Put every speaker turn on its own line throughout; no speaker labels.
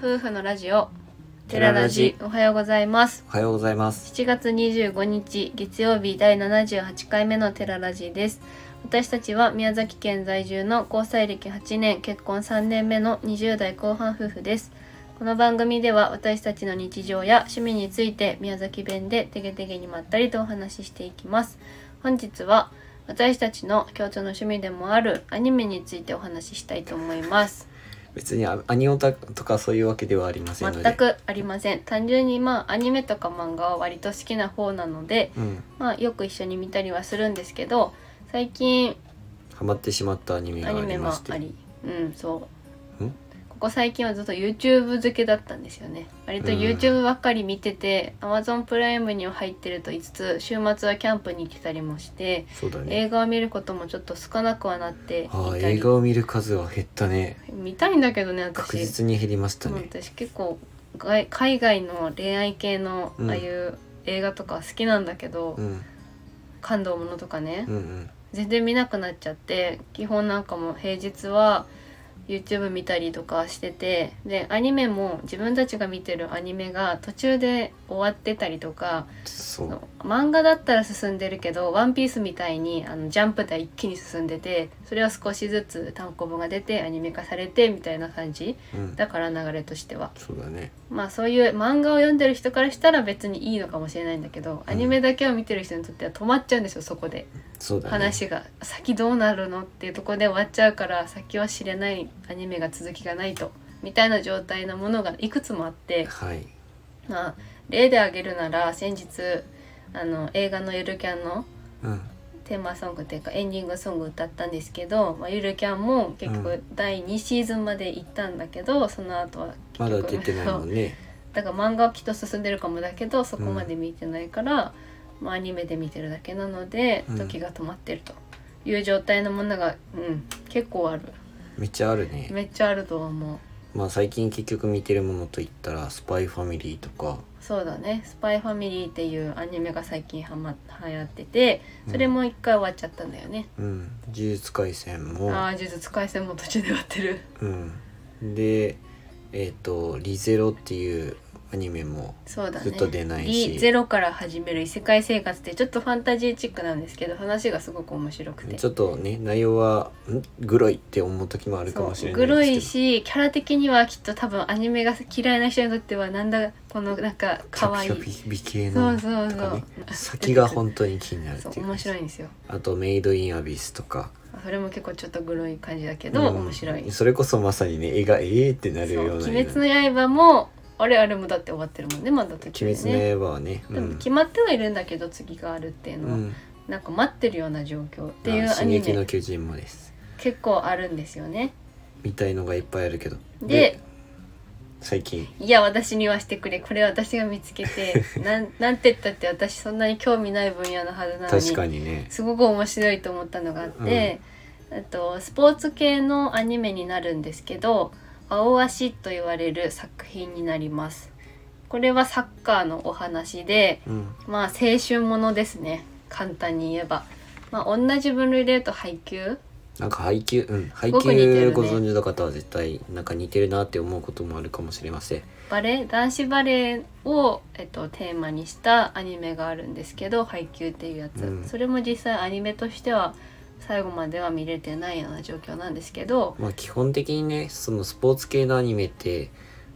夫婦のラジオ
テララジ
おはようございます
おはようございます。
7月25日月曜日第78回目のテララジです私たちは宮崎県在住の交際歴8年結婚3年目の20代後半夫婦ですこの番組では私たちの日常や趣味について宮崎弁でてげてげにまったりとお話ししていきます本日は私たちの共通の趣味でもあるアニメについてお話ししたいと思います
別にアアニオタとかそういうわけではありませんので。
全。くありません単純にまあアニメとか漫画は割と好きな方なので、
うん。
まあ、よく一緒に見たりはするんですけど最近
ハマってしまったアニメが
ア
あ
ニ
り
メ
ま
も
して。
ありうんそう
うん
ここ最近はずっと YouTube 付けだったんですよね割と
うん
YouTube ばっかり見てて、Amazon プライムには入ってると言いつつ週末はキャンプに行ってたりもして
そうだね。
映画を見ることもちょっと少なくはなってい
ああ、
た
映
り
画を見る数は減ったね。
見たいんだけどね
確
私
実に減りました
うん
ね。
私結構外海外の恋愛系の
うん
ああいう映画とか好きなんだけど、
うん。
感動ものとかね、
うんうん。
全然見なくなっちゃって基本なんかもう平日は YouTube 見たりとかしててでアニメも自分たちが見てるアニメが途中で終わってたりとか
そう。
漫画だったら進んでるけど「ワンピースみたいにあのジャンプでは一気に進んでてそれは少しずつ単行本が出てアニメ化されてみたいな感じ
うん。
だから流れとしては。
そうだね。
まあそういう漫画を読んでる人からしたら別にいいのかもしれないんだけど、
うん
アニメだけを見てる人にとっては止まっちゃうんですよそこで、
そうだね。。
話が先どうなるのっていうところで終わっちゃうから先は知れないアニメが続きがないとみたいな状態のものがいくつもあ って、
はい。
まあ、例で挙げるなら先日あの映画の「ゆるキャン」の
うん。
テーマソングというかエンディングソング歌ったんですけど、まあ、ゆるキャンも結
う
局第2シーズンまで行ったんだけど、その後は
ま
結局
だ出てないもん ね。
だから漫画はきっと進んでるかもだけどそこまで見てないから、まあ、アニメで見てるだけなので
うん
時が止まってるという状態のものが、うん、結構ある
めっちゃあるね。
めっちゃあると思う
まあ最近結局見てるものといったら、スパイファミリーとか。
そうだね「スパイファミリー」っていうアニメが最近はま流行ってて
うん
それも一回終わっちゃったんだよね、
うん。呪術廻戦も。
ああ呪術廻戦も途中で終わってる
うん、でえっ、と「リゼロ」っていうアニメも
そうだね
ずっと出ないし
リゼロから始める異世界生活ってちょっとファンタジーチックなんですけど話がすごく面白くて
ちょっとね内容はんグロいって思う時もあるかもし
そう
れ
グ
な
ロ
い
い
です
しキャラ的にはきっと多分アニメが嫌いな人にとってはなんだこのなんか
けど
可愛い
キャピキャピ系
そ
の
うそう
とかね
そう
先が本当に気になるって
そ
いう
う面白いんですよ
あと「メイド・イン・アビス」とか
それも結構ちょっとグロい感じだけど、
うん
面白い
それこそまさにね絵が「ええー」ってなる
そう
よう
鬼
な
滅
の
の刃もあれあれもだって終わってるもんねまだ途中
鬼
で
滅
ね
の刃はね、う
でも
ん
決まってはいるんだけど次があるっていう
う
のは、
ん、
なんか待ってるような状況っていう
あ
ア
進
ニ
撃
メ
の巨人」もです
結構あるんですよね
みたいのがいっぱいあるけど
で
最近
いや私にはしてくれこれは私が見つけ てなんなんて言ったって私そんなに興味ない分野のはずなのに
確かにね
すごく面白いと思ったのがあって、あとスポーツ系のアニメになるんですけど「青足」と言われる作品になりますこれはサッカーのお話で
うん
まあ青春ものですね簡単に言えば。まあ、同じ分類で言うと配給
なんか配給、うん、配
ごく似てるね
給ご存知の方は絶対なんか似てるなって思うこともあるかもしれません。
バレー男子バレーを、えっと、テーマにしたアニメがあるんですけど「配給」っていうやつ、
うん
それも実際アニメとしては最後までは見れてないような状況なんですけど、
まあ基本的にね、そのスポーツ系のアニメって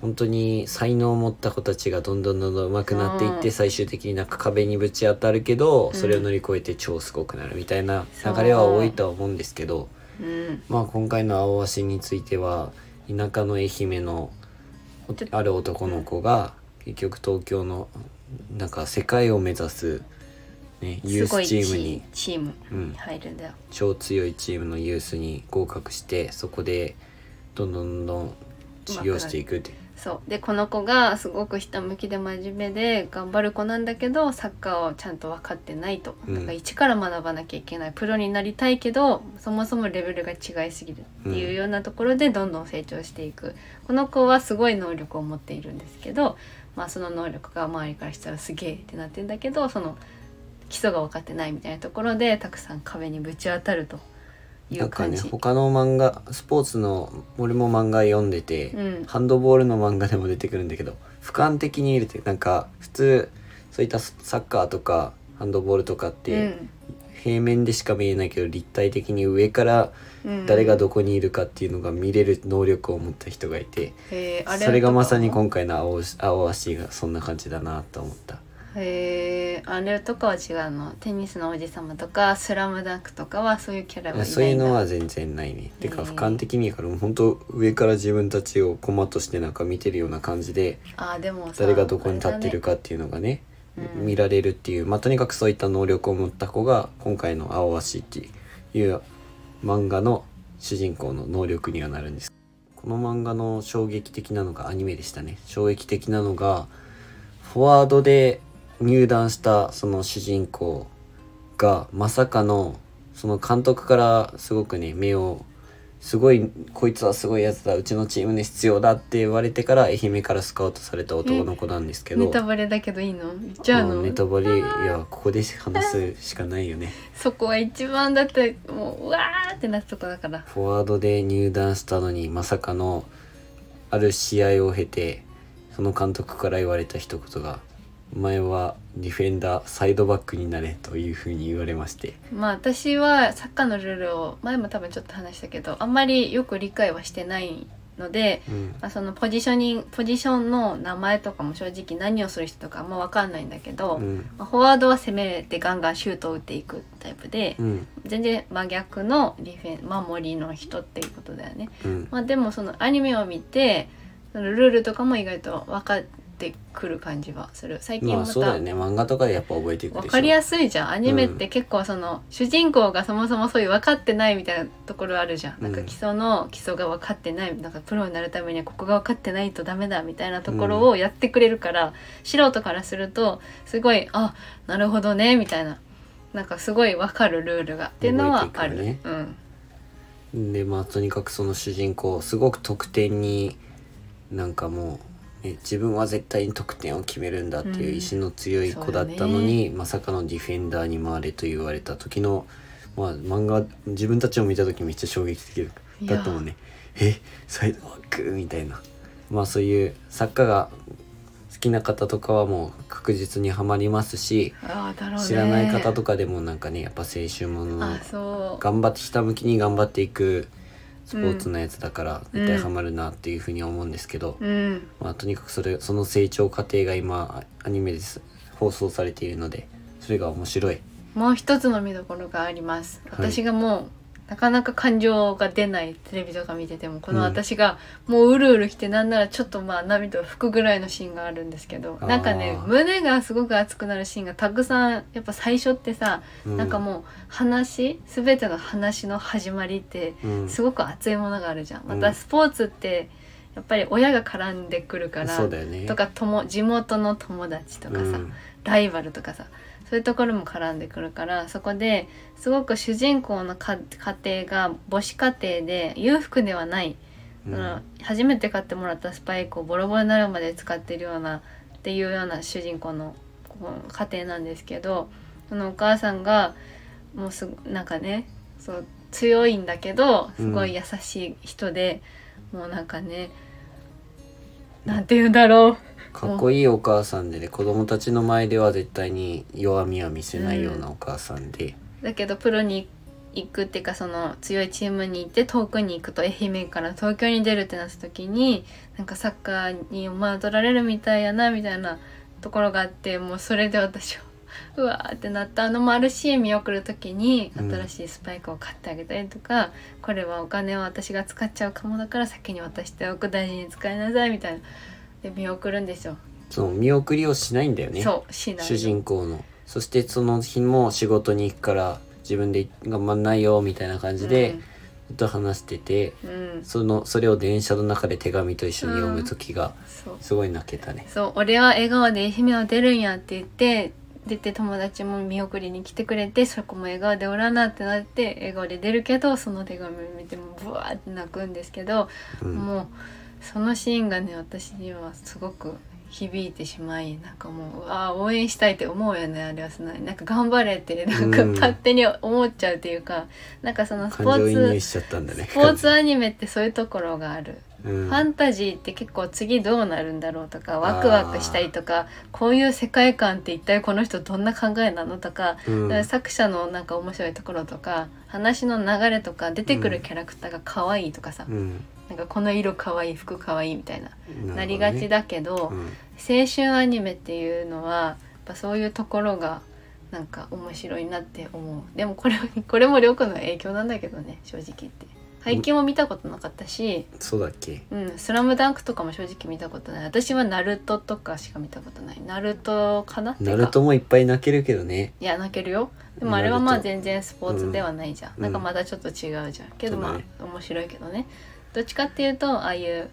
本当に才能を持った子たちがどんどんどんどん上手くなっていっ
そう
て最終的になんか壁にぶち当たるけど、
ん
それを乗り越えて超すごくなるみたいな流れは多いとは思うんですけど、
うん、
まあ今回の青足については田舎の愛媛の
ちょっと
ある男の子が結局東京のなんか世界を目指す、ね、ユースチームに
すごいチチーム
うん
に入るんだよ、
超強いチームのユースに合格してそこでどんどんどんどん修行していくって
そうでこの子がすごくひたむきで真面目で頑張る子なんだけどサッカーをちゃんと分かってないと、
うん
なんか一から学ばなきゃいけないプロになりたいけどそもそもレベルが違いすぎるっていうようなところでどんどん成長していく、この子はすごい能力を持っているんですけど、まあ、その能力が周りからしたらすげえってなってんだけどその基礎が分かってないみたいなところでたくさん壁にぶち当たるとい
なん
う
か
感
ね
じ、
他の漫画スポーツの俺も漫画読んでて、
うん
ハンドボールの漫画でも出てくるんだけど俯瞰的に見るってなんか普通そういったササッカーとかハンドボールとかっ
う
て
ん
平面でしか見えないけど立体的に上から
うん、
誰がどこにいるかっていうのが見れる能力を持った人がいて、
へーあ
それがまさに
とかも
今回の青し青足がそんな感じだなと思った。
へえあれとかは違うのテニスの王子様とかスラムダンクとかはそういうキャラがいないんだ
そういうのは全然ないね。てか
へえ
俯瞰的にやから本当上から自分たちをコマとしてなんか見てるような感じで
あーでもさ
誰がどこに立ってるかっていうのがね
あれだねうん
見られるっていう、まあ、とにかくそういった能力を持った子が今回の「青足」っていう漫画の主人公の能力にはなるんですこの漫画の衝撃的なのがアニメでしたね衝撃的なのがフォワードで入団したその主人公がまさかのその監督からすごくね目をすごいこいつはすごいやつだうちのチームに必要だって言われてから愛媛からスカウトされた男の子なんですけど
ネタバレだけどいいの言っちゃう
も
の
うネタバレいやここで話すしかないよね
そこは一番だってもううわーってなったとこだから
フォワードで入団したのにまさかのある試合を経てその監督から言われた一言が「お前はディフェンダーサイドバックになれ」というふうに言われまして
まあ私はサッカーのルールを前も多分ちょっと話したけどあんまりよく理解はしてないので、
うん
まあ、そのポジショニングポジションの名前とかも正直何をする人とかあんま分かんないんだけど、
うん
まあフォワードは攻めてガンガンシュートを打っていくタイプで
う、ん
全然真逆のディフェン守りの人っていうことだよね。
うん
まあ、でもそのアニメを見てそのルールとかも意外と分かってくる感じはする最近
ま
ま
あ
た
そうだよね漫画とかでやっぱ覚えていくでしょ
分かりやすいじゃんアニメって結構その、主人公がそもそもそういう分かってないみたいなところあるじゃんなんか
うん
基礎の基礎が分かってないなんかプロになるためにはここが分かってないとダメだみたいなところをやってくれるから、素人からするとすごいあなるほどねみたいななんかすごい分かるルールがっていうのはある。
覚えてい
うん
でまあとにかくその主人公すごく得点になんかもう、ね、自分は絶対に得点を決めるんだっていう
うん
意志の強い子だったのに、まさかのディフェンダーに回れと言われた時の、まあ、漫画自分たちを見た時めっちゃ衝撃的だったもんね。えサイドバックみたいな。まあそういう作家が好きな方とかはもう確実にはまりますし
あーだろうね
知らない方とかでもなんかねやっぱ青春ものの
あそう
頑張ってひたむきに頑張っていくスポーツのやつだから
うん
絶対ハマるなっていうふうに思うんですけど、
うん
まあ、とにかくそれその成長過程が今アニメです放送されているのでそれが面白い
もう一つの見どころがあります
はい
私がもう、なかなか感情が出ないテレビとか見ててもこの
うん
私がもううるうるきてなんならちょっとまあ涙を拭くぐらいのシーンがあるんですけど
あー
なんかね胸がすごく熱くなるシーンがたくさんやっぱ最初ってさ、
うん
なんかもう話全ての話の始まりって
うん
すごく熱いものがあるじゃん。
う
ま
ん
たスポーツってやっぱり親が絡んでくるから
そうだよね
とかとも地元の友達とかさ、
うん
ライバルとかさそういうところも絡んでくるからそこですごく主人公のか家庭が母子家庭で裕福ではない、
うん
その初めて買ってもらったスパイクをボロボロになるまで使ってるようなっていうような主人公のこう家庭なんですけどそのお母さんがもうすごなんかねそう強いんだけどすごい優しい人で、もうなんかねなんて言うんだろう
かっこいいお母さんでね子供たちの前では絶対に弱みは見せないようなお母さんで、
だけどプロに行くっていうかその強いチームに行って遠くに行くと愛媛から東京に出るってなった時になんかサッカーにまあ取られるみたいやなみたいなところがあってもうそれで私は うわーってなったのもあるし見送る時に
うん
新しいスパイクを買ってあげたりとか、これはお金を私が使っちゃうかもだから先に渡しておく大事に使いなさいみたいなで見送るんですよ。
その見送りをしないんだよね
そうしないの
主人公のそしてその日も仕事に行くから自分で頑張んないよみたいな感じでずっと話してて、
うん、うん、
そのそれを電車の中で手紙と一緒に読む時が
そう
すごい泣けたね、
そう俺は笑顔で愛媛を出るんやって言って出て友達も見送りに来てくれてそこも笑顔でおらなってなって笑顔で出るけどその手紙見てもブワーって泣くんですけど、
うん
もうそのシーンがね私にはすごく響いてしまいなんかもうああ応援したいって思うよねあれはすななんか頑張れってなんか
うん
勝手に思っちゃうっていうか、なんかそのスポ
感情
ー
移入
ツ
しちゃったんだね
スポーツアニメってそういうところがある、
うん
ファンタジーって結構次どうなるんだろうとかワクワクしたりとかこういう世界観って一体この人どんな考えなのとか
うん
作者のなんか面白いところとか話の流れとか出てくるキャラクターが可愛いとかさ、
うん
なんかこの色可愛い服可愛いみたいな、
るほどね
なりがちだけど、
うん
青春アニメっていうのはやっぱそういうところがなんか面白いなって思うでもこれ これもりょうくんの影響なんだけどね正直言って背景も見たことなかったし「
そうだっけ
うん、スラムダンクとかも正直見たことない私は「ナルトとかしか見たことない「ナルトかなってか
ナルトもいっぱい泣けるけどね
いや泣けるよでもあれはまあ
ナルト
全然スポーツではないじゃん、
うん
なんかまだちょっと違うじゃんけど
そうだ
ま
ね
あ面白いけどねどっちかっていうとああいう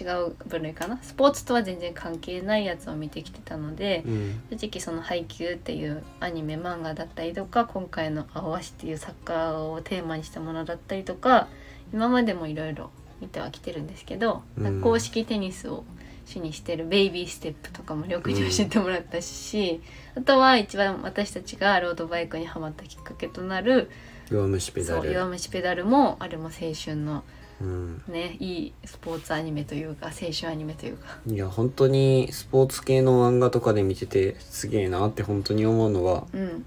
違う分類かなスポーツとは全然関係ないやつを見てきてたので、
うん
正直その「配給」っていうアニメ漫画だったりとか今回の「青わし」っていうサッカーをテーマにしたものだったりとか今までもいろいろ見てはきてるんですけど、
うん
なんか公式テニスを主にしてる「ベイビーステップ」とかもよく教えてもらったし、あとは一番私たちがロードバイクにハマったきっかけとなる
弱
「
虫ペダ
そう
ル
弱虫ペダルも」あれも青春の
うん、
ねいいスポーツアニメというか青春アニメというか。
いや本当にスポーツ系の漫画とかで見ててすげえなって本当に思うのは
うん、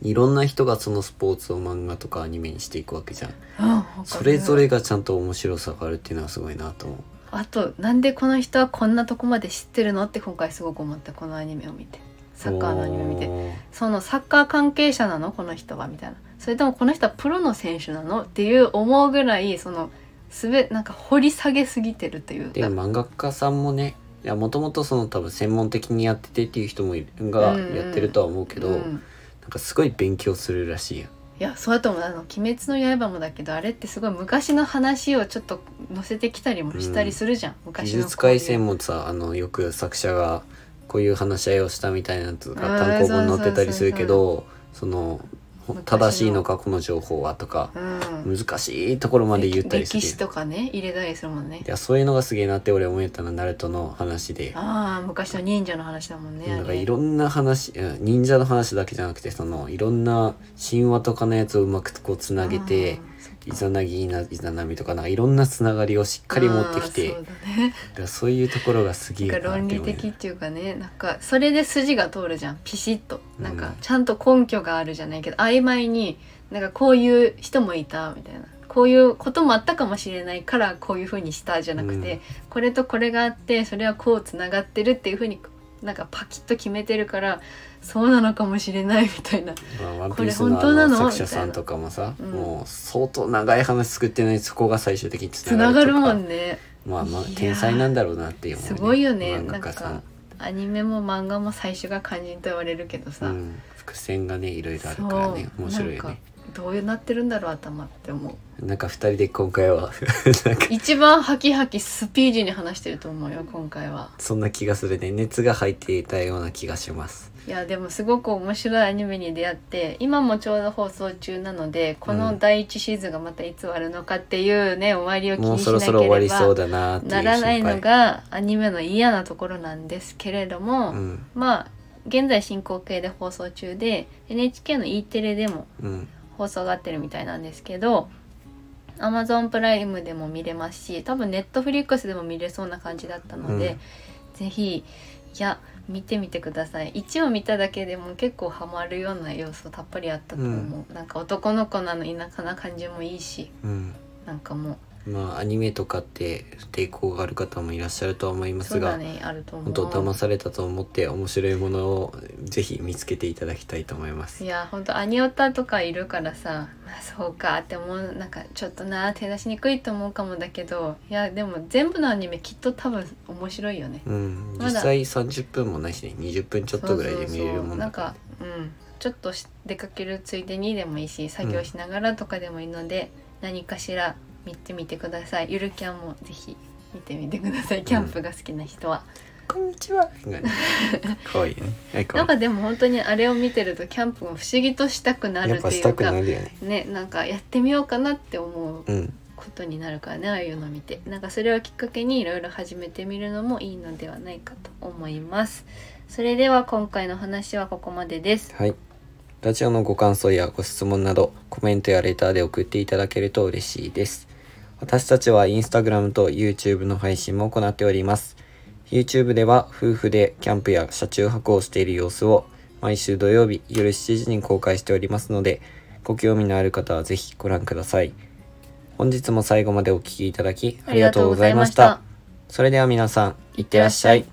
いろんな人がそのスポーツを漫画とかアニメにしていくわけじゃん
あ
それぞれがちゃんと面白さがあるっていうのはすごいなと思う
あとなんでこの人はこんなとこまで知ってるのって今回すごく思ったこのアニメを見てサッカーのアニメを見て
おー
そのサッカー関係者なのこの人はみたいなそれともこの人はプロの選手なのっていう思うぐらいそのすべなんか掘り下げすぎてるという
で
か
漫画家さんもねいやもともとその多分専門的にやっててっていう人もいるが
うんうん
やってるとは思うけど、
うん
なんかすごい勉強するらしいよ
いやそうだと思うあの「鬼滅の刃」もだけどあれってすごい昔の話をちょっと載せてきたりもしたりするじゃん、
技
昔の
術
こういう
改正もさあのよく作者がこういう話し合いをしたみたいなやつが単行本に載ってたりするけどそのほ
昔の
正しいのかこの情報はとか
うん、
難しいところまで言ったりする
歴史とかね入れたりするもんね
いやそういうのがすげえなって俺思ったのナルトの話で
ああ昔の忍者の話だもんね
なん
あ
か
れ
いろんな話うん忍者の話だけじゃなくてそのいろんな神話とかのやつをうまくこうつなげてイザナギイナイザナミとかなんかいろんなつながりをしっかり持ってきて
あーそ
だか
うだね
らそういうところがすげえ
なんか
なって
論
思う
理
よ
的っていうかねなんかそれで筋が通るじゃんピシッとなん
う
か
ん
ちゃんと根拠があるじゃないけど曖昧になんかこういう人もいたみたいなこういうこともあったかもしれないからこういうふうにしたじゃなくて、
うん
これとこれがあってそれはこうつながってるっていうふうになんかパキッと決めてるからそうなのかもしれないみたいな
まあ、ワン
こ
ピ
れ
ースの
本当な
あ
の
の作者さんとかもさ、
みたいなうん
もう相当長い話作ってないそこが最終的につ
つながるも
ね
んね
まあまあ
いやー
天才なんだろうなっていう思う、
すごいよね
漫画家さ
なん
ん
かアニメも漫画も最初が肝心と言われるけどさ、
うん、伏線がねいろいろあるからね
そう
面白いよ
なん
ね
かどういうなってるんだろう頭って思う
なんか二人で今回はなんか
一番ハキハキスピーディーに話してると思うよ今回は
そんな気がするね熱が入っていたような気がします
いやでもすごく面白いアニメに出会って今もちょうど放送中なのでこの第一シーズンがまたいつ終わるのかっていうね終わりを気
もう
にし
そろ
なけ
そろ終わ
れ
りそう
ば
だなってい
な
う心
ら
配
ないのがアニメの嫌なところなんですけれども、
うん
まあ現在進行形で放送中で NHK の E テレでも
うん
放送が合ってるみたいなんですけど Amazon プライムでも見れますし多分 Netflix でも見れそうな感じだったので、ぜひいや見てみてください1を見ただけでも結構ハマるような要素たっぷりあったと思う、なんか男の子なの田舎な感じもいいし
うん
なんかも
まあアニメとかって抵抗がある方もいらっしゃるとは思いうま
そ
す
うだ
が、
ねあると思う
本当騙されたと思って面白いものをぜひ見つけていただきたいと思います
いや本当アニオタとかいるからさ、まあ、そうかって思うなんかちょっとな手出しにくいと思うかもだけどいやでも全部のアニメきっと多分面白いよね
うん
まだ
実際30分もないしね20分ちょっとぐらいで見れるもん
な
だ
んかうんちょっとし出かけるついでにでもいいし作業しながらとかでもいいので、何かしら見てみてくださいゆるキャンもぜひ見てみてくださいキャンプが好きな人は、
こんにちはがね可愛いねはい可 愛
ないんかでも本当にあれを見てるとキャンプも不思議としたくなる
やっ
と
ぱ
い
した
う
く
か
なるよね
ねなんかやってみようかなって思う
うん
ことになるからねああいうの見てなんかそれをきっかけにいろいろ始めてみるのもいいのではないかと思いますそれでは今回の話はここまでです
はい。ラジオのご感想やご質問など、コメントやレターで送っていただけると嬉しいです。私たちはインスタグラムと YouTube の配信も行っております。YouTube では夫婦でキャンプや車中泊をしている様子を毎週土曜日夜7時に公開しておりますので、ご興味のある方はぜひご覧ください。本日も最後までお聴きいただきありがとうございました。それでは皆さん、いってらっしゃい。